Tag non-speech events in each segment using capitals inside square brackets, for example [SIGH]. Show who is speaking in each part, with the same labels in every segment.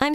Speaker 1: I'm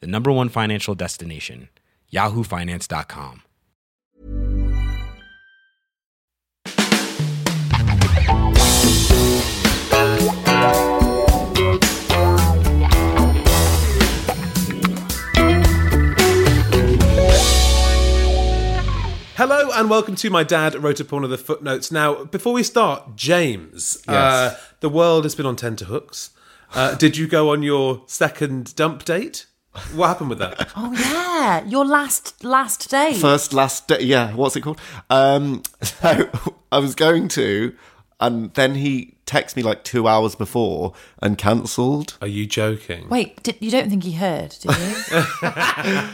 Speaker 2: the number one financial destination, yahoofinance.com.
Speaker 3: Hello and welcome to My Dad Wrote a Porn of the Footnotes. Now, before we start, James, uh, the world has been on tenterhooks. Uh, did you go on your second dump date? What happened with that?
Speaker 4: Oh yeah, your last last day.
Speaker 5: First, last day. Yeah, what's it called? Um, [LAUGHS] so I was going to, and then he texted me like two hours before and cancelled.
Speaker 3: Are you joking?
Speaker 4: Wait, did, you don't think he heard,
Speaker 3: [LAUGHS]
Speaker 4: did you?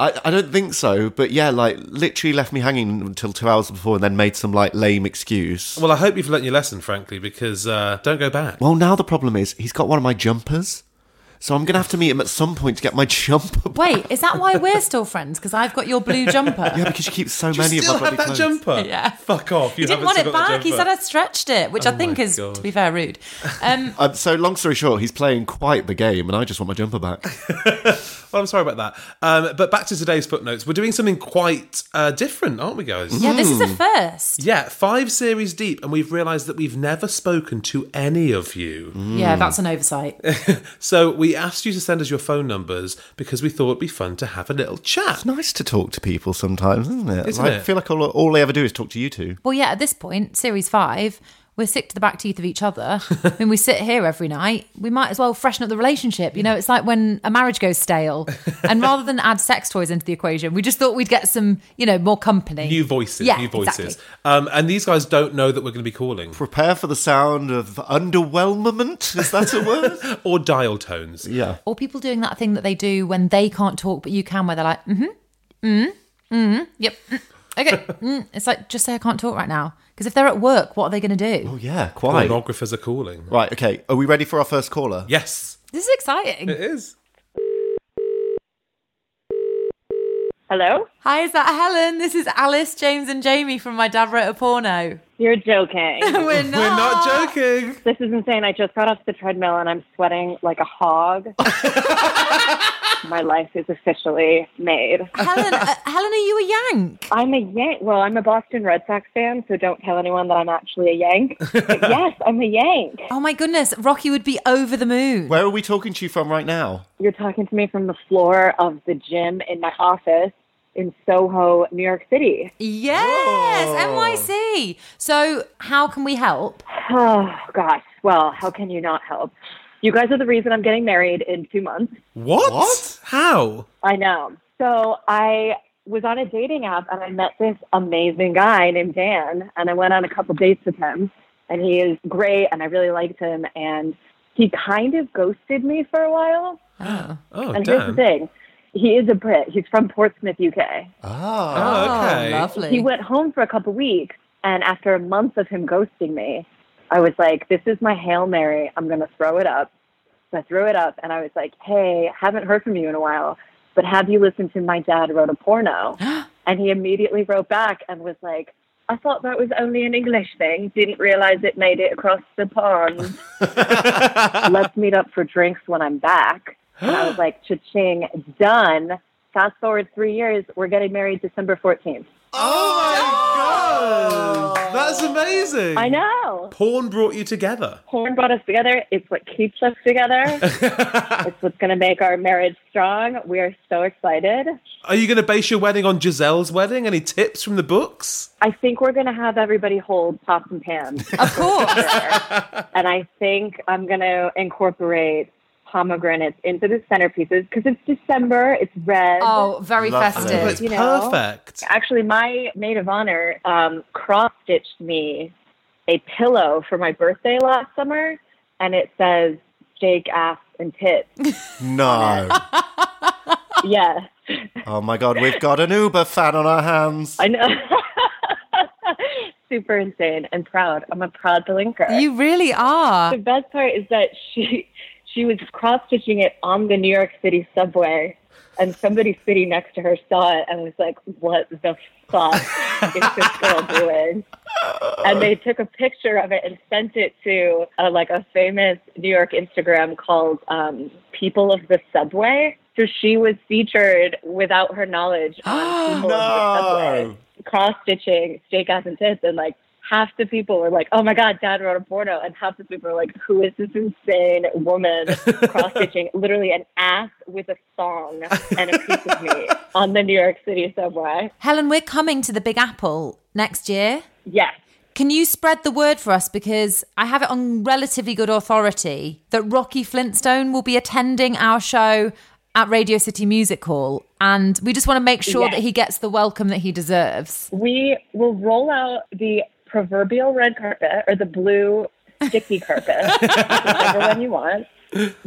Speaker 5: I, I don't think so, but yeah, like literally left me hanging until two hours before and then made some like lame excuse.
Speaker 3: [LAUGHS] Well, I hope you've learnt your lesson, frankly, because uh, don't go back.
Speaker 5: Well, now the problem is he's got one of my jumpers. So I'm going to have to meet him at some point to get my [LAUGHS] jumper. back.
Speaker 4: Wait, is that why we're still friends? Because I've got your blue jumper.
Speaker 5: Yeah, because she keeps so
Speaker 3: Do you
Speaker 5: many
Speaker 3: still
Speaker 5: of my bloody
Speaker 3: have that
Speaker 5: clothes.
Speaker 3: jumper?
Speaker 4: Yeah.
Speaker 3: Fuck off. You
Speaker 4: he didn't
Speaker 3: haven't
Speaker 4: want
Speaker 3: still
Speaker 4: it
Speaker 3: got the
Speaker 4: back. He said
Speaker 3: jumper. Oh
Speaker 4: I stretched it, which I think
Speaker 3: my
Speaker 4: is,
Speaker 3: God.
Speaker 4: to be fair, rude. Um,
Speaker 5: Um, so long story short, he's playing quite the game, and I just want my jumper back.
Speaker 3: Well, I'm sorry about that. Um, but back to today's footnotes. We're doing something quite uh, different, aren't we, guys?
Speaker 4: yeah, this
Speaker 3: Hmm.
Speaker 4: is a
Speaker 3: Mm.
Speaker 4: first.
Speaker 3: Yeah, five series deep, and we've realised that we've never spoken to any of you.
Speaker 4: Yeah, that's an oversight.
Speaker 3: [LAUGHS] So we asked you to send us your phone numbers because we thought it'd be fun to have a little chat.
Speaker 5: It's nice to talk to people sometimes, isn't it?
Speaker 3: Isn't
Speaker 5: Like,
Speaker 3: it?
Speaker 5: I feel like all, all I ever do is talk to you two.
Speaker 4: Well, yeah, at this point, series five, we're sick to the back teeth of each other. I mean, we sit here every night. We might as well freshen up the relationship. You know, it's like when a marriage goes stale. And rather than add sex toys into the equation, we just thought we'd get some, you know, more company.
Speaker 3: New voices,
Speaker 4: Yeah,
Speaker 3: new voices.
Speaker 4: exactly.
Speaker 3: Um, and these guys don't know that we're going to be calling
Speaker 5: Prepare for the sound of underwhelmament. Is that a word?
Speaker 3: [LAUGHS] or dial tones.
Speaker 5: yeah.
Speaker 4: Or people doing that thing that they do when they can't talk but you can, where they're like, mm hmm, mm hmm, yep, mm,
Speaker 5: [LAUGHS]
Speaker 4: okay. mm. It's like, just say I can't talk right now. Because if they're at work, what are they going to do?
Speaker 5: Oh, yeah, quite.
Speaker 3: Pornographers are calling.
Speaker 5: Right, okay. Are we ready for our first caller?
Speaker 3: Yes,
Speaker 4: This is exciting.
Speaker 3: it is.
Speaker 6: Hello?
Speaker 4: Hi, is that Helen? This is Alice, James, and Jamie from My Dad Wrote a Porno.
Speaker 6: You're joking.
Speaker 4: [LAUGHS] We're not.
Speaker 3: We're not joking.
Speaker 6: this is insane. I just got off the treadmill and I'm sweating like a
Speaker 4: [LAUGHS]
Speaker 6: hog. My life is officially made.
Speaker 4: Helen, uh, Helen, are you a Yank?
Speaker 6: I'm a Yank. Well, I'm a Boston Red Sox fan, so don't tell anyone that I'm actually a
Speaker 4: [LAUGHS]
Speaker 6: Yank. But [LAUGHS] yes, I'm a Yank.
Speaker 4: Oh my goodness, Rocky would be over the moon.
Speaker 5: Where are we talking to you from right now?
Speaker 6: You're talking to me from the floor of the gym in my office in Soho, New York City.
Speaker 4: yes, NYC. So, how can we help?
Speaker 6: Oh, gosh. Well, how can you not help? You guys are the reason I'm getting married in two months.
Speaker 3: What? How?
Speaker 6: I know. So I was on a dating app and I met this amazing guy named Dan and I went on a couple dates with him and he is great and I really liked him and he kind of ghosted me for a while.
Speaker 3: Oh,
Speaker 6: and here's the
Speaker 3: damn.
Speaker 6: thing. He is a Brit. He's from Portsmouth, UK.
Speaker 5: Ah.
Speaker 3: Oh, okay.
Speaker 4: Oh, lovely.
Speaker 6: He went home for a couple weeks and after a month of him ghosting me, I was like, This is my Hail Mary. I'm gonna throw it up. So I threw it up and I was like, Hey, haven't heard from you in a while, but have you listened to my dad wrote a porno? and he immediately wrote back and was like, I thought that was only an English thing. Didn't realize it made it across the pond. Let's meet up for drinks when I'm back. And I was like, cha-ching, done. Fast forward three years, we're getting married December 14th.
Speaker 5: Oh, my Oh God.
Speaker 3: That's amazing.
Speaker 6: I know.
Speaker 3: Porn brought you together.
Speaker 6: Porn brought us together. It's what keeps us together. it's what's going to make our marriage strong. We are so excited.
Speaker 3: Are you going to base your wedding on Giselle's wedding? Any tips from the books? [LAUGHS]
Speaker 6: I think we're going to have everybody hold pots and pans.
Speaker 4: [LAUGHS] Of course.
Speaker 6: [LAUGHS] and I think I'm going to incorporate pomegranates into the centerpieces because it's December, it's red.
Speaker 4: oh, very
Speaker 5: Lovely.
Speaker 3: Well,
Speaker 4: festive.
Speaker 3: it's
Speaker 6: You know.
Speaker 3: perfect.
Speaker 6: Actually, my maid of honor um, cross stitched me a pillow for my birthday last summer, and it says Jake ass and tits.
Speaker 4: [LAUGHS]
Speaker 5: No. [LAUGHS]
Speaker 6: yes,
Speaker 5: Oh my God, we've got an Uber fan on our hands.
Speaker 6: I know. [LAUGHS] Super insane and proud. I'm a proud delinker.
Speaker 4: You really are.
Speaker 6: the best part is that she she was cross stitching it on the New York City subway, and somebody sitting next to her saw it and was like, "What the fuck is this girl doing?" And they took a picture of it and sent it to uh like a famous New York Instagram called um, "People of the Subway." So she was featured without her knowledge
Speaker 4: [GASPS]
Speaker 6: on [LAUGHS] People of the Subway
Speaker 5: No.
Speaker 6: cross stitching steak ass and tits and like half the people were like oh my god dad wrote a porno and half the people were like who is this insane woman cross stitching literally an ass with a thong and a piece of meat on the new york city subway
Speaker 4: Helen, we're coming to the Big Apple next year.
Speaker 6: yes
Speaker 4: Can you spread the word for us? Because I have it on relatively good authority that Rocky Flintstone will be attending our show at Radio City Music Hall. And we just want to make sure
Speaker 6: Yes.
Speaker 4: that he gets the welcome that he deserves.
Speaker 6: we will roll out the proverbial red carpet or the blue sticky
Speaker 3: [LAUGHS]
Speaker 6: carpet whichever one you want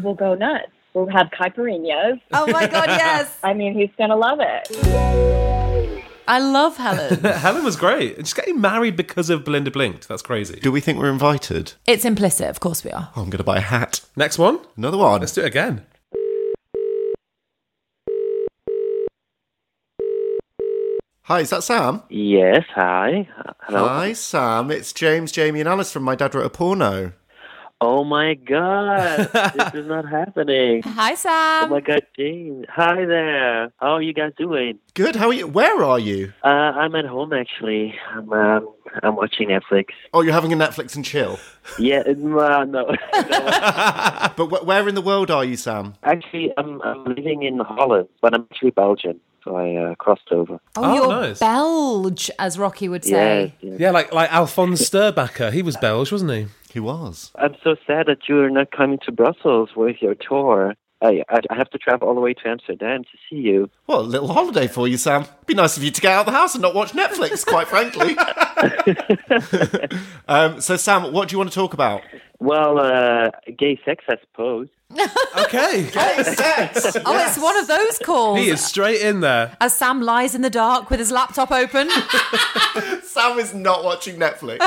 Speaker 6: we'll go nuts we'll have caipirinhas
Speaker 4: Oh my God, yes.
Speaker 6: [LAUGHS] i mean he's gonna love it
Speaker 4: I love Helen.
Speaker 3: Helen was great. Just getting married because of Belinda Blinked. That's crazy.
Speaker 5: Do we think we're invited?
Speaker 4: It's implicit, of course we are.
Speaker 5: Oh, I'm going to buy a hat.
Speaker 3: Next one.
Speaker 5: Another one.
Speaker 3: Let's do it again.
Speaker 5: Hi, is that Sam?
Speaker 7: Yes, hi. Hello.
Speaker 5: Hi, Sam. It's James, Jamie, and Alice from My Dad Wrote a Porno.
Speaker 7: Oh my god, this is not happening.
Speaker 4: Hi,
Speaker 7: Oh
Speaker 4: Sam.
Speaker 7: my god, James. Hi there. How are you guys doing?
Speaker 5: Good. How are you? Where are you?
Speaker 7: Uh, I'm at home actually. I'm um, I'm watching Netflix.
Speaker 5: [LAUGHS] Oh, you're having a Netflix and chill.
Speaker 7: Yeah, uh, no. [LAUGHS]
Speaker 5: [LAUGHS] But wh- where in the world are you, Sam?
Speaker 7: actually, I'm I'm living in Holland, but I'm actually Belgian, so I uh, crossed over.
Speaker 4: Oh,
Speaker 3: Oh,
Speaker 4: you're
Speaker 3: nice.
Speaker 4: Belge, as Rocky would say.
Speaker 7: Yes, yes.
Speaker 3: Yeah, like like Alphonse Sturbacker. He was Belge, wasn't he?
Speaker 5: He was.
Speaker 7: I'm so sad that you're not coming to Brussels with your tour. I I I have to travel all the way to Amsterdam to see you.
Speaker 5: Well, a little holiday for you, Sam. Be nice of you to get out of the house and not watch Netflix, quite
Speaker 7: [LAUGHS]
Speaker 5: frankly. [LAUGHS] um, so, Sam, what do you want to talk about?
Speaker 7: Well, uh, gay sex, I suppose.
Speaker 5: [LAUGHS]
Speaker 3: Okay.
Speaker 5: Sex.
Speaker 4: Oh, it's one of those calls.
Speaker 3: he is straight in there.
Speaker 4: As Sam lies in the dark with his
Speaker 3: [LAUGHS]
Speaker 4: laptop open.
Speaker 5: [LAUGHS] Sam is not watching Netflix.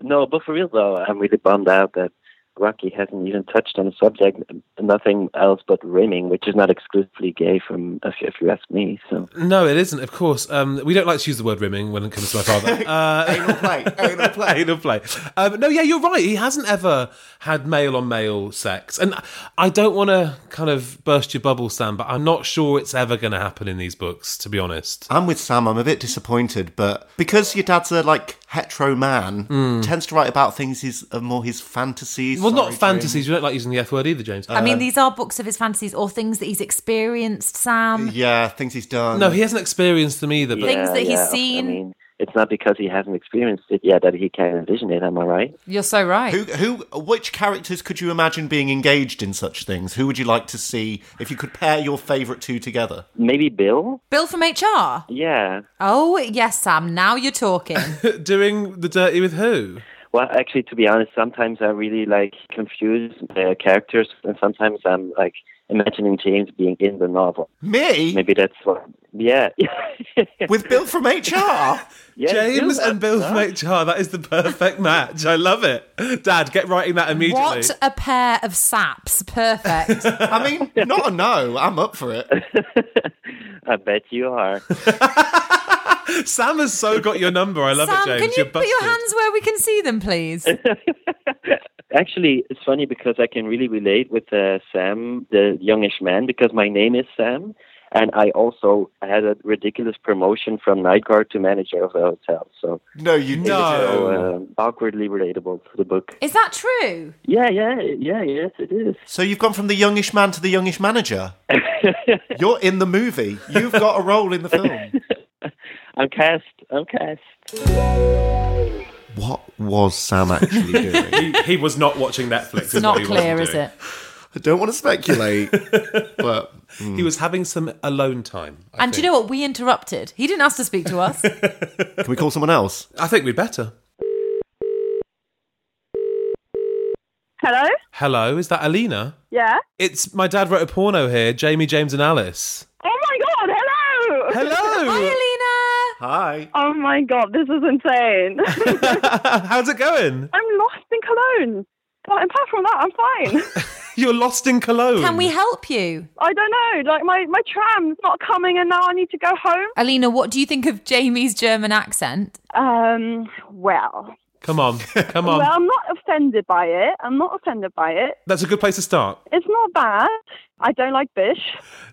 Speaker 7: No, but for real though, I'm really bummed out that Rocky hasn't even touched on the subject, nothing else but rimming, which is not exclusively gay, from if, if you ask me. [LAUGHS] So
Speaker 3: No, it isn't. Of course, um, we don't like to use the word rimming when it comes to
Speaker 5: [LAUGHS]
Speaker 3: my father. Uh,
Speaker 5: Anal play.
Speaker 3: [LAUGHS]
Speaker 5: Anal play.
Speaker 3: Anal play. Um, no, yeah, you're right. He hasn't ever had male on male sex, and I don't want to kind of burst your bubble, Sam, but I'm not sure it's ever going to happen in these books. To be honest,
Speaker 5: I'm with Sam. I'm a bit disappointed, but because your dad's a like hetero man, tends to write about things he's uh, more his fantasies.
Speaker 3: well, not
Speaker 5: sorry, Uh,
Speaker 3: fantasies. We don't like using the F word either, James.
Speaker 4: I mean, these are books of his fantasies or things that he's experienced, Sam.
Speaker 5: dreams. Yeah, things he's done.
Speaker 3: no, he hasn't experienced them either. But
Speaker 4: Things that he's
Speaker 7: yeah,
Speaker 4: seen.
Speaker 7: I mean, it's not because he hasn't experienced it yet that he can't envision it. Am I right?
Speaker 4: You're so right.
Speaker 5: Who, who, which characters could you imagine being engaged in such things? Who would you like to see if you could pair your favourite two together?
Speaker 7: Maybe Bill.
Speaker 4: Bill from HR.
Speaker 7: Yeah.
Speaker 4: Oh, yes, Sam. Now you're talking.
Speaker 3: [LAUGHS] doing the dirty with who?
Speaker 7: Well, actually, to be honest, sometimes I really like confuse the characters, and sometimes I'm like imagining James being in the novel.
Speaker 5: Me
Speaker 7: Maybe that's what. Yeah. [LAUGHS]
Speaker 5: with Bill from HR.
Speaker 7: Yeah,
Speaker 3: James
Speaker 7: Bill,
Speaker 3: and Bill
Speaker 7: uh,
Speaker 3: from HR. That is the perfect match. I love it. Dad, get writing that [LAUGHS] immediately.
Speaker 4: what a pair of saps. Perfect.
Speaker 5: I mean, not a no. I'm up for it.
Speaker 7: [LAUGHS] I bet you are.
Speaker 3: [LAUGHS] Sam has so got your number. [LAUGHS] I love
Speaker 4: Sam,
Speaker 3: it, James.
Speaker 4: can you
Speaker 3: You're
Speaker 4: put your
Speaker 3: busted.
Speaker 4: hands where we can see them, please?
Speaker 7: [LAUGHS] Actually, it's funny because I can really relate with uh, Sam, the youngish man, because my name is Sam, And I also had a ridiculous promotion from night guard to manager of the hotel. So
Speaker 5: No, you
Speaker 3: No.
Speaker 5: didn't.
Speaker 7: so, um, awkwardly relatable to the book.
Speaker 4: Is that true?
Speaker 7: Yeah, yeah, yeah, yes, it is.
Speaker 5: So you've gone from the youngish man to the youngish
Speaker 7: [LAUGHS]
Speaker 5: manager. You're in the movie. You've got a role in the film.
Speaker 7: [LAUGHS] I'm cast. I'm cast.
Speaker 5: What was Sam actually doing?
Speaker 3: He, he was not watching Netflix.
Speaker 4: It's not clear, is it?
Speaker 5: I don't want to
Speaker 3: [LAUGHS]
Speaker 5: speculate, but hmm.
Speaker 3: He was having some alone time. I
Speaker 4: And do
Speaker 3: think.
Speaker 4: you know what? We interrupted. He didn't ask to speak
Speaker 3: [LAUGHS]
Speaker 4: to us.
Speaker 5: can we call someone else?
Speaker 3: I think we'd better.
Speaker 8: Hello?
Speaker 3: Hello, is that Alina?
Speaker 8: Yeah?
Speaker 3: It's my dad wrote a porno here. Jamie, James, and Alice.
Speaker 8: Oh my god, hello!
Speaker 3: Hello.
Speaker 4: Hi,
Speaker 5: Hi.
Speaker 8: Oh my god, this is insane.
Speaker 3: [LAUGHS] How's it going?
Speaker 8: I'm lost in Cologne. But apart from that, I'm fine.
Speaker 3: You're lost in Cologne.
Speaker 4: Alina. Can we help you?
Speaker 8: I don't know. Like my my tram's not coming, and now I need to go home.
Speaker 4: Alina, what do you think of Jamie's German accent?
Speaker 8: Um. Well. [LAUGHS]
Speaker 3: Come on, come on.
Speaker 8: Well, I'm not offended by it. I'm not offended by it.
Speaker 3: That's a good place to start.
Speaker 8: It's not bad. I don't like Bish.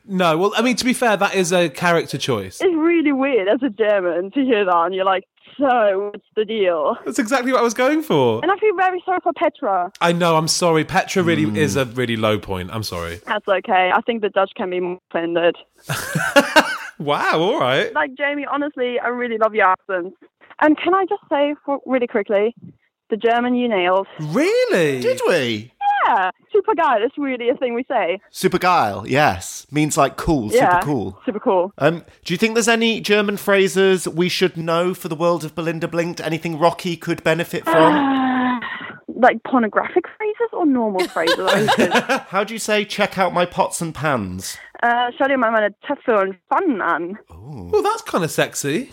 Speaker 3: No, well, I mean, to be fair, that is a character choice.
Speaker 8: It's really weird as a German to hear that, and you're like, so what's the deal?
Speaker 3: That's exactly what I was going for.
Speaker 8: And I feel very sorry for Petra.
Speaker 3: I know. I'm sorry. Petra really
Speaker 5: Hmm.
Speaker 3: is a really low point. I'm sorry.
Speaker 8: That's okay. I think the Dutch can be more offended.
Speaker 3: Wow. All right.
Speaker 8: Like Jamie, honestly, I really love your accent. And can I just say, for, really quickly, the German you nailed.
Speaker 3: Really?
Speaker 5: Did we?
Speaker 8: Yeah, super guy. That's really a thing we say.
Speaker 5: Super guile, yes. Means like cool,
Speaker 8: yeah,
Speaker 5: super cool.
Speaker 8: Super cool.
Speaker 5: Um, do you think there's any German phrases we should know for the world of Belinda Blinked? Anything Rocky could benefit
Speaker 7: [SIGHS]
Speaker 5: from? [LAUGHS]
Speaker 8: Ah, Like pornographic phrases or normal phrases?
Speaker 5: [LAUGHS] How do you say check out my pots and pans?
Speaker 8: uh, schau dir mal meine Töpfe und Pfannen an.
Speaker 3: Well, that's kind of sexy.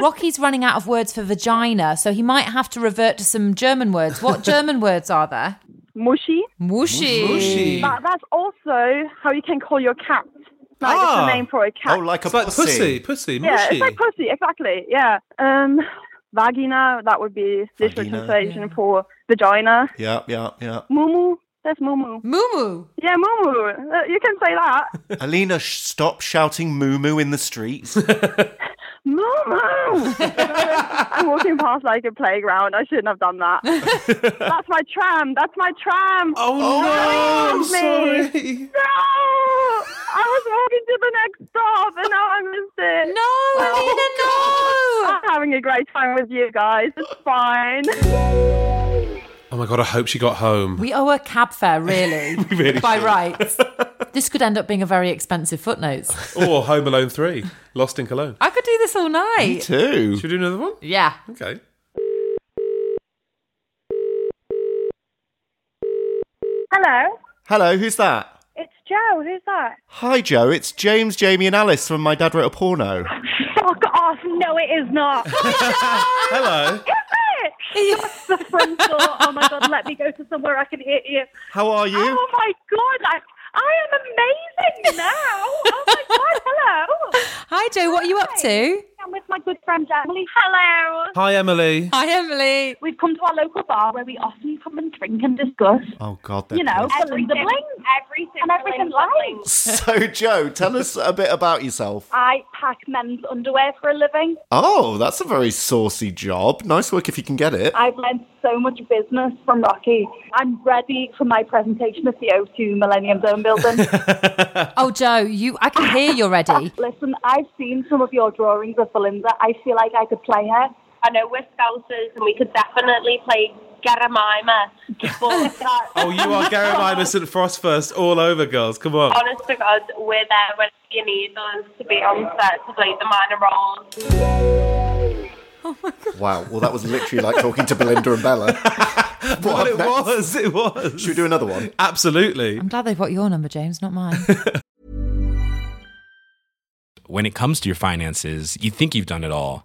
Speaker 4: Rocky's running out of words for vagina, so he might have to revert to some German words.
Speaker 8: [LAUGHS]
Speaker 4: What German words are there?
Speaker 8: Mushy.
Speaker 4: Mushy.
Speaker 3: Bushy.
Speaker 8: But that's also how you can call your cat. Like
Speaker 3: Ah.
Speaker 8: it's a name for a cat.
Speaker 5: Oh, like a
Speaker 3: It's like
Speaker 5: pussy.
Speaker 3: pussy, pussy,
Speaker 8: yeah,
Speaker 3: mushy.
Speaker 8: it's like pussy, exactly. Yeah. Um, vagina. That would be literal
Speaker 5: Vagina.
Speaker 8: translation for vagina.
Speaker 5: Yeah, yeah,
Speaker 3: [LAUGHS]
Speaker 5: yeah.
Speaker 8: Mumu. That's mumu.
Speaker 4: Moo
Speaker 8: Yeah, mumu. Uh, you can say that.
Speaker 5: Alina, sh- stop shouting moo moo in the streets.
Speaker 3: [LAUGHS]
Speaker 8: Mumu. I'm walking past like a playground. I shouldn't have done
Speaker 3: [LAUGHS]
Speaker 8: that. that's my tram. That's my tram.
Speaker 3: oh, no! I'm sorry.
Speaker 8: No! I was walking to the next stop and now I missed it. Oh,
Speaker 4: No, Alina, no.
Speaker 8: I'm having a great time with you guys. It's fine.
Speaker 3: Oh my god! I hope she got home.
Speaker 4: We owe a cab fare, [LAUGHS] really. by rights. [LAUGHS] This could end up being a very expensive footnotes.
Speaker 3: or Home Alone Three: Lost in Cologne.
Speaker 4: I could do this all night.
Speaker 5: Two.
Speaker 3: Should we do another one?
Speaker 4: Yeah.
Speaker 3: [LAUGHS] Okay.
Speaker 8: Hello,
Speaker 5: Hello, who's that?
Speaker 8: it's Joe. Who's
Speaker 4: [LAUGHS]
Speaker 8: that?
Speaker 5: Hi, Joe. It's James, Jamie, and Alice from My Dad Wrote a Porno.
Speaker 8: Fuck off. No, it is not.
Speaker 3: Hello.
Speaker 8: the front door. Oh my god, let me go to somewhere I can hear you.
Speaker 5: How are you?
Speaker 8: Oh my god, I, I am amazing now. Oh my god, [LAUGHS] hello.
Speaker 4: Hi, Joe. What are you up to?
Speaker 8: I'm with my good friend Emily. Hello.
Speaker 3: Hi, Emily.
Speaker 4: Hi, Emily.
Speaker 8: We've come to our local bar where we often come and drink and discuss,
Speaker 5: Oh, God.
Speaker 8: you know,
Speaker 5: that's-
Speaker 8: everything, the bling, everything, and everything like.
Speaker 5: [LAUGHS] So, Joe, tell us a bit about yourself.
Speaker 8: I pack men's underwear for a living.
Speaker 5: Oh, that's a very saucy job. Nice work if you can get it.
Speaker 8: I've learned so much business from Rocky. I'm ready for my presentation at the O2 Millennium Dome building.
Speaker 4: Oh, Joe, you. I can hear
Speaker 8: [LAUGHS]
Speaker 4: you're ready.
Speaker 8: Listen, I've seen some of your drawings of Belinda. I feel like I could play her.
Speaker 6: I know we're scousers and we could definitely play [LAUGHS] Garamima. But that,
Speaker 3: Oh, you are Gary Lima St. Frost first all over, girls. Come on.
Speaker 6: honest to God, uh, we're there when you need us to be on set to play the minor roles.
Speaker 5: Wow. Well, that was literally like talking to Belinda and
Speaker 3: [LAUGHS]
Speaker 5: Bella.
Speaker 3: Well, it
Speaker 5: next?
Speaker 3: was. It was.
Speaker 5: Should we do another one?
Speaker 3: Absolutely.
Speaker 4: I'm glad they've got your number, James, not [LAUGHS] mine.
Speaker 2: when it comes to your finances, you think you've done it all.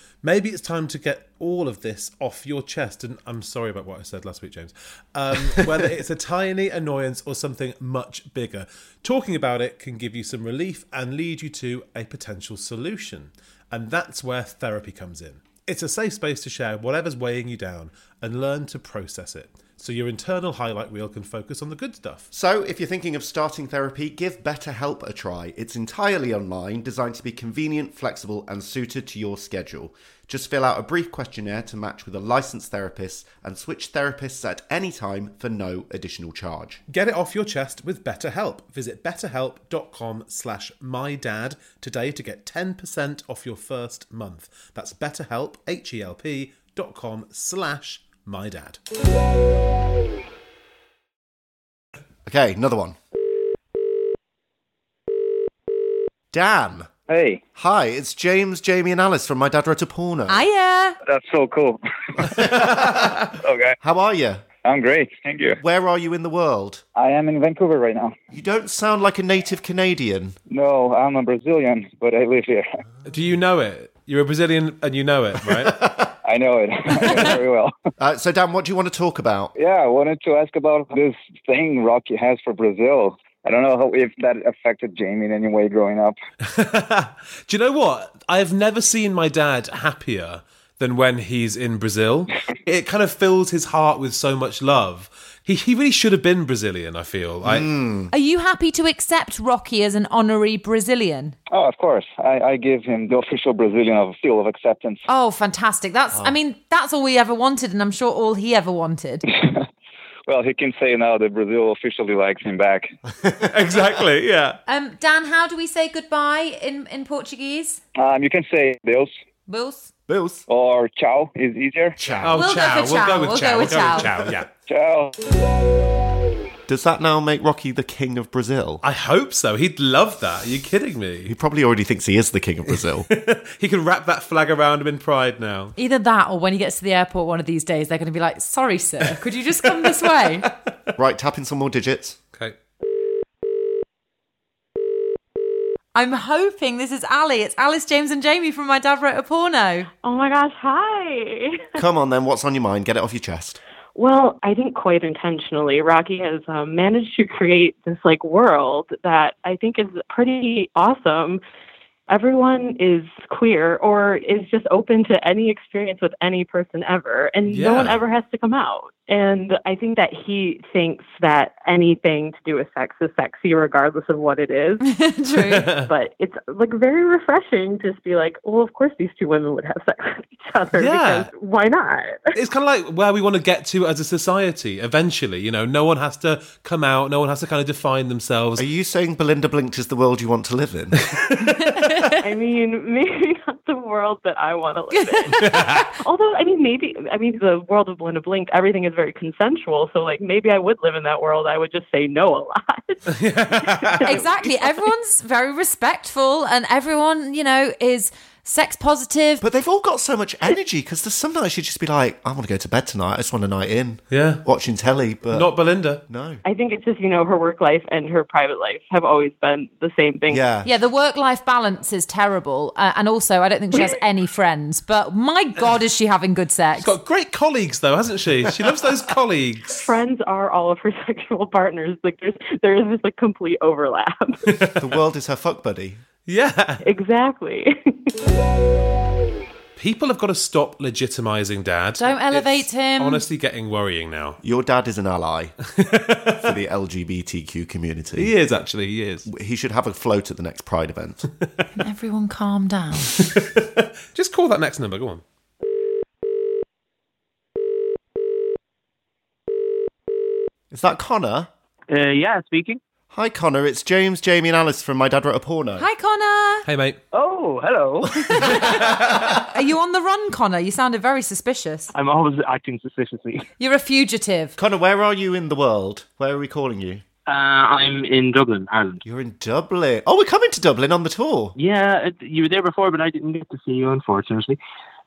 Speaker 3: Maybe it's time to get all of this off your chest. And I'm sorry about what I said last week, James. Um, whether it's a tiny annoyance or something much bigger, talking about it can give you some relief and lead you to a potential solution. And that's where therapy comes in. It's a safe space to share whatever's weighing you down and learn to process it so your internal highlight reel can focus on the good stuff.
Speaker 5: So, if you're thinking of starting therapy, give BetterHelp a try. It's entirely online, designed to be convenient, flexible, and suited to your schedule. Just fill out a brief questionnaire to match with a licensed therapist and switch therapists at any time for no additional charge.
Speaker 3: Get it off your chest with BetterHelp. Visit betterhelp.com slash mydad today to get 10% off your first month. That's betterhelp, H-E-L-P dot com slash mydad.
Speaker 5: Okay, another one. Dan.
Speaker 7: Hey,
Speaker 5: Hi, it's James, Jamie, and Alice from My Dad Wrote a Porno.
Speaker 4: Hiya.
Speaker 7: that's so cool.
Speaker 5: [LAUGHS]
Speaker 7: okay,
Speaker 5: How are you?
Speaker 7: I'm great. Thank you.
Speaker 5: Where are you in the world?
Speaker 7: I am in Vancouver right now.
Speaker 5: You don't sound like a native Canadian.
Speaker 7: No, I'm a Brazilian, but I live here. [LAUGHS]
Speaker 3: Do you know it? You're a Brazilian and you know it, right?
Speaker 7: I know it very well.
Speaker 5: [LAUGHS] Uh, so, Dan, what do you want to talk about?
Speaker 7: Yeah, I wanted to ask about this thing Rocky has for Brazil. I don't know how, if that affected Jamie in any way growing up.
Speaker 3: [LAUGHS] Do you know what? I have never seen my dad happier than when he's in Brazil. It kind of fills his heart with so much love. He, he really should have been Brazilian, I feel. I,
Speaker 4: Are you happy to accept Rocky as an honorary Brazilian?
Speaker 7: Oh, of course. I, I give him the official Brazilian of seal of acceptance.
Speaker 4: Oh, fantastic. That's, I mean, that's all we ever wanted, and I'm sure all he ever wanted.
Speaker 7: Well, he can say now that Brazil officially likes him back.
Speaker 3: [LAUGHS] Exactly, yeah.
Speaker 4: Um, Dan, how do we say goodbye in, in Portuguese?
Speaker 7: Um, you can say Deus
Speaker 4: Wills?
Speaker 5: Bills.
Speaker 7: or Ciao is easier.
Speaker 3: Oh,
Speaker 4: We'll go
Speaker 3: chow.
Speaker 4: for
Speaker 3: we'll
Speaker 4: chow.
Speaker 3: go with
Speaker 4: We'll
Speaker 3: chow.
Speaker 4: go
Speaker 3: We'll
Speaker 4: with
Speaker 3: go with
Speaker 4: chow.
Speaker 3: chow, yeah.
Speaker 7: Ciao.
Speaker 5: Does that now make Rocky the king of Brazil?
Speaker 3: I hope so. He'd love that. Are you kidding me?
Speaker 5: He probably already thinks he is the king of Brazil.
Speaker 3: [LAUGHS] He can wrap that flag around him in pride now.
Speaker 4: Either that or when he gets to the airport one of these days, they're going to be like, sorry, sir, could you just come this way?
Speaker 5: right, tap in some more digits.
Speaker 3: Okay.
Speaker 4: I'm hoping this is Ali. It's Alice, James, and Jamie from My Dad Wrote a Porno.
Speaker 9: Oh my gosh, hi.
Speaker 5: Come on then, what's on your mind? Get it off your chest.
Speaker 9: Well, I think quite intentionally, Rocky has um, managed to create this like world that I think is pretty awesome. Everyone is queer or is just open to any experience with any person ever, and no one
Speaker 3: Yeah.
Speaker 9: ever has to come out. And I think that he thinks that anything to do with sex is sexy, regardless of what it is.
Speaker 4: True.
Speaker 3: [LAUGHS]
Speaker 9: but it's like very refreshing to just be like, well, of course these two women would have sex with each other
Speaker 3: Yeah.
Speaker 9: because why not?
Speaker 3: It's kind of like where we want to get to as a society eventually. You know, no one has to come out, no one has to kind of define themselves.
Speaker 5: Are you saying Belinda Blinked is the world you want to live in?
Speaker 9: I mean, maybe not the world that I want to live in. Although, I mean, maybe, I mean, the world of Belinda Blink, everything is very consensual. So, like, maybe I would live in that world. I would just say no a lot.
Speaker 4: exactly. Everyone's very respectful, and everyone, you know, is sex positive.
Speaker 5: But they've all got so much energy because there's some nights you just be like, I want to go to bed tonight. I just want a night in.
Speaker 3: Yeah.
Speaker 5: Watching telly, but
Speaker 3: Not Belinda.
Speaker 5: no.
Speaker 9: I think it's just, you know, her work life and her private life have always been the same thing.
Speaker 5: Yeah.
Speaker 4: Yeah, the work life balance is terrible. Uh, and also, I don't think she has any friends, but my God, is she having good sex?
Speaker 3: Got great colleagues though, hasn't she? She
Speaker 5: [LAUGHS]
Speaker 3: loves those colleagues.
Speaker 9: Friends are all of her [LAUGHS] sexual partners. Like, there's, there is this, like, complete overlap.
Speaker 5: The world is her fuck buddy.
Speaker 3: Yeah.
Speaker 9: exactly. [LAUGHS]
Speaker 3: People have got to stop legitimizing dad.
Speaker 4: Don't elevate
Speaker 3: It's
Speaker 4: him.
Speaker 3: Honestly, getting worrying now.
Speaker 5: Your dad is an ally for the LGBTQ community.
Speaker 3: He is actually. He is.
Speaker 5: He should have a float at the next Pride
Speaker 3: [LAUGHS]
Speaker 5: event.
Speaker 4: Can [LAUGHS] everyone calm down?
Speaker 3: Just call that next number. Go on.
Speaker 5: Is that Connor?
Speaker 10: Uh, yeah, speaking.
Speaker 5: Hi, Connor. It's James, Jamie, and Alice from My Dad Wrote a Porno.
Speaker 4: Hi, Connor.
Speaker 3: Hey, mate.
Speaker 10: Oh, hello. [LAUGHS]
Speaker 4: Are you on the run, Connor? You sounded very suspicious.
Speaker 10: I'm always acting suspiciously.
Speaker 4: You're a fugitive.
Speaker 5: Connor, where are you in the world? Where are we calling you?
Speaker 10: Uh, I'm in Dublin, Ireland.
Speaker 5: You're in Dublin. Oh, we're coming to Dublin on the tour.
Speaker 10: Yeah, it- you were there before, but I didn't get to see you, unfortunately.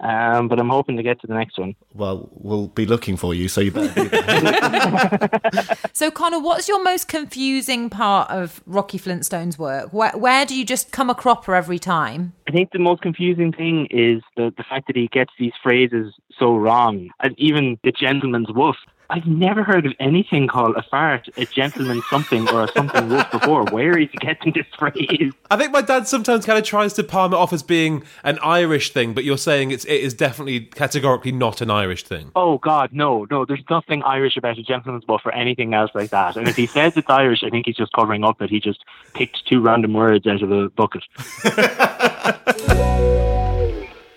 Speaker 10: Um, but I'm hoping to get to the next one.
Speaker 5: Well, we'll be looking for you, so you better be there.
Speaker 4: So, Connor, what's your most confusing part of Rocky Flintstone's work? Where, where do you just come a cropper every time?
Speaker 10: [LAUGHS] I think the most confusing thing is the, the fact that he gets these phrases so wrong. And even the gentleman's woof. I've never heard of anything called a fart, a gentleman something, or a something
Speaker 5: [LAUGHS]
Speaker 10: woof before. Where is he getting this phrase?
Speaker 3: I think my dad sometimes kind of tries to palm it off as being an Irish thing, but you're saying it's it is definitely categorically not an Irish thing. [LAUGHS]
Speaker 10: Oh God, no, no. There's nothing Irish about a gentleman's buff or anything else like that. And if he says it's Irish, I think he's just covering up that he just picked two random words out of a bucket.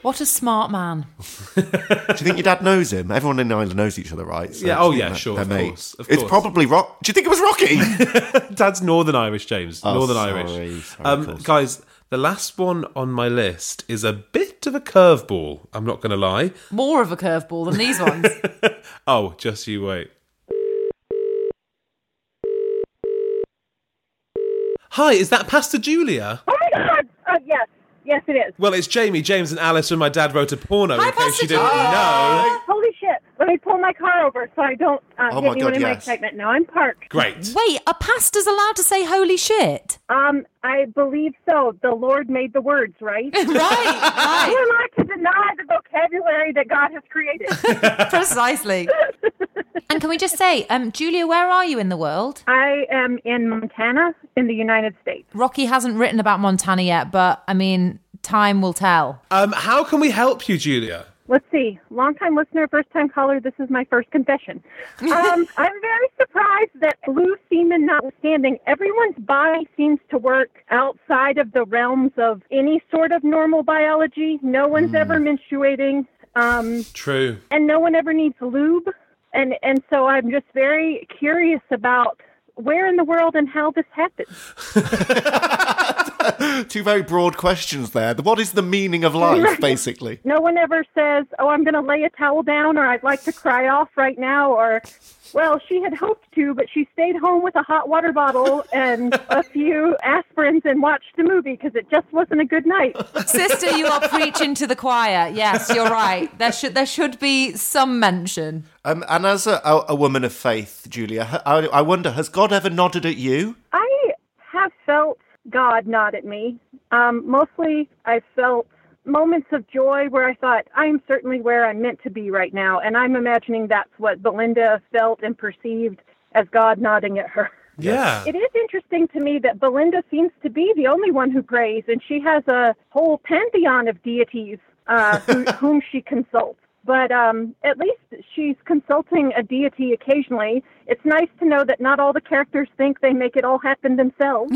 Speaker 4: What a smart man.
Speaker 5: Do you think your dad knows him? Everyone in Ireland knows each other, right? So
Speaker 3: Yeah, oh,
Speaker 5: do you
Speaker 3: yeah,
Speaker 5: think
Speaker 3: sure,
Speaker 5: they're
Speaker 3: of
Speaker 5: mates?
Speaker 3: course, of
Speaker 5: it's
Speaker 3: course.
Speaker 5: probably Rock. Do you think it was Rocky?
Speaker 3: Dad's Northern Irish, James.
Speaker 5: Oh,
Speaker 3: Northern
Speaker 5: sorry,
Speaker 3: Irish.
Speaker 5: sorry, of
Speaker 3: um,
Speaker 5: course.
Speaker 3: guys, the last one on my list is a bit of a curveball. I'm not going to lie.
Speaker 4: More of a curveball than
Speaker 11: [LAUGHS]
Speaker 4: these ones.
Speaker 3: Oh, just you wait. Hi, is that Pastor Julia?
Speaker 11: Oh my god! Uh, yes, yes, it is.
Speaker 3: Well, it's Jamie, James, and Alice from My Dad Wrote a Porno.
Speaker 4: Hi,
Speaker 3: in case
Speaker 4: Pastor
Speaker 3: you didn't
Speaker 4: Julia.
Speaker 3: know.
Speaker 11: Holy shit! Let me pull my car over so I don't uh,
Speaker 5: Oh
Speaker 11: hit
Speaker 5: my
Speaker 11: anyone
Speaker 5: God,
Speaker 11: in my
Speaker 5: yes.
Speaker 11: excitement. Now I'm parked.
Speaker 3: Great.
Speaker 4: Wait, are pastors allowed to say holy shit?
Speaker 11: Um, I believe so. The Lord made the words, right?
Speaker 4: [LAUGHS] right,
Speaker 11: Who
Speaker 4: right.
Speaker 11: am I to deny the vocabulary that God has created?
Speaker 4: [LAUGHS] Precisely. And can we just say, um, Julia, where are you in the world?
Speaker 11: I am in Montana, in the United States.
Speaker 4: Rocky hasn't written about Montana yet, but I mean, time will tell.
Speaker 3: Um, how can we help you, Julia?
Speaker 11: Let's see. Longtime listener, first time caller. This is my first confession.
Speaker 4: [LAUGHS]
Speaker 11: Um, I'm very surprised that blue semen notwithstanding, everyone's body seems to work outside of the realms of any sort of normal biology. No one's
Speaker 4: Hmm.
Speaker 11: ever menstruating, um,
Speaker 3: True.
Speaker 11: and no one ever needs lube. And and so I'm just very curious about where in the world and how this happens.
Speaker 5: [LAUGHS] Two very broad questions there. What is the meaning of
Speaker 10: [LAUGHS]
Speaker 5: life, basically?
Speaker 11: no one ever says, "Oh, I'm going to lay a towel down," or "I'd like to cry off right now," or, "Well, she had hoped to, but she stayed home with a hot water bottle and a few aspirins and watched the movie because it just wasn't a good night."
Speaker 4: Sister,
Speaker 11: [LAUGHS]
Speaker 4: you are preaching to the choir. Yes, you're right. There should there should be some mention.
Speaker 5: Um, and as a, a, a woman of faith, Julia, h- I, I wonder, has God ever nodded at you?
Speaker 11: I have felt God nod at me. Um, mostly, I felt moments of joy where I thought, I am certainly where I'm meant to be right now. And I'm imagining that's what Belinda felt and perceived as God nodding at her.
Speaker 3: Yeah.
Speaker 11: It is interesting to me that Belinda seems to be the only one who prays, and she has a whole pantheon of deities uh, who, whom she consults. But um, at least she's consulting a deity occasionally. It's nice to know that not all the characters think they make it all happen themselves.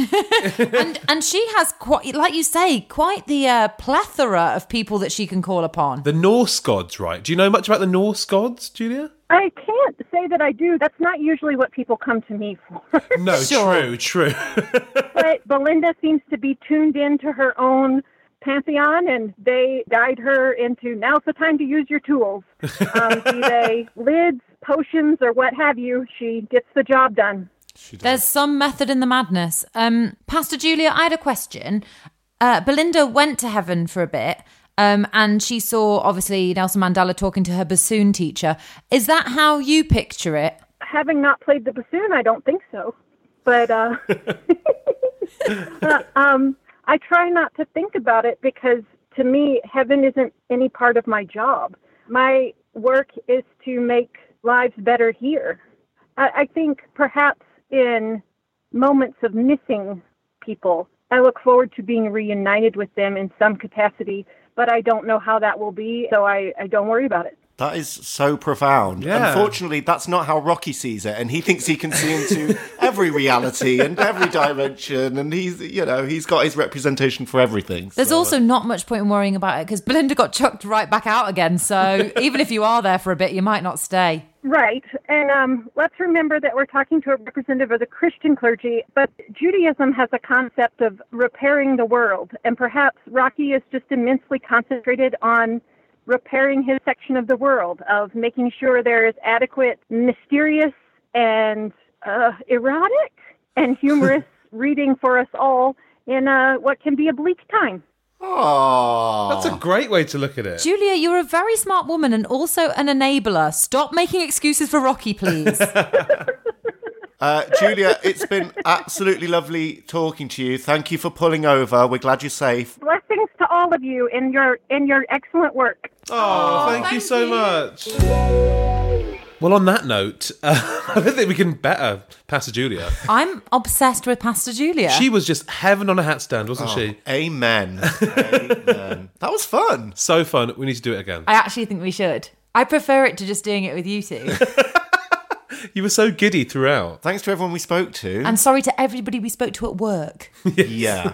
Speaker 4: And and she has quite like you say, quite the uh, plethora of people that she can call upon.
Speaker 3: The Norse gods, right? Do you know much about the Norse gods, Julia?
Speaker 11: I can't say that I do. That's not usually what people come to me for.
Speaker 3: No,
Speaker 4: [LAUGHS] Sure.
Speaker 3: true, true.
Speaker 11: but Belinda seems to be tuned into her own pantheon, and they guide her into now's the time to use your tools. Um, be they lids, potions, or what have you, she gets the job done.
Speaker 4: There's some method in the madness. Um, Pastor Julia, I had a question. Uh, Belinda went to heaven for a bit, um, and she saw obviously Nelson Mandela talking to her bassoon teacher. Is that how you picture it?
Speaker 11: Having not played the bassoon, I don't think so. But uh, [LAUGHS] uh, um, I try not to think about it because to me, heaven isn't any part of my job. My work is to make lives better here. I, I think perhaps in moments of missing people, I look forward to being reunited with them in some capacity, but I don't know how that will be, so I, I don't worry about it.
Speaker 5: That is so profound.
Speaker 3: Yeah.
Speaker 5: Unfortunately, that's not how Rocky sees it, and he thinks he can see into every reality and every dimension, and he's, you know, he's got his representation for everything.
Speaker 4: There's also not much point in worrying about it because Belinda got chucked right back out again. So even if you are there for a bit, you might not stay.
Speaker 11: Right. And um, let's remember that we're talking to a representative of the Christian clergy, but Judaism has a concept of repairing the world. And perhaps Rocky is just immensely concentrated on repairing his section of the world, of making sure there is adequate, mysterious, and uh, erotic and humorous reading for us all in uh, what can be a bleak time.
Speaker 3: That's a great way to look at it.
Speaker 4: Julia, you're a very smart woman and also an enabler. Stop making excuses for Rocky, please.
Speaker 5: Uh, Julia, it's been absolutely lovely talking to you. Thank you for pulling over. We're glad you're safe.
Speaker 11: Blessings to all of you in your in your excellent work.
Speaker 3: Oh, thank, you so much. Well, on that note, [LAUGHS] uh, I don't think we can better Pastor Julia.
Speaker 4: I'm obsessed with Pastor Julia.
Speaker 3: She was just heaven on a hat stand, wasn't
Speaker 5: Oh,
Speaker 3: she? [LAUGHS]
Speaker 5: Amen. amen. That was fun.
Speaker 3: So fun. We need to do it again.
Speaker 4: I actually think we should. I prefer it to just doing it with you two.
Speaker 3: You were so giddy throughout.
Speaker 5: Thanks to everyone we spoke to.
Speaker 4: and sorry to everybody we spoke to at work.
Speaker 5: [LAUGHS] yeah.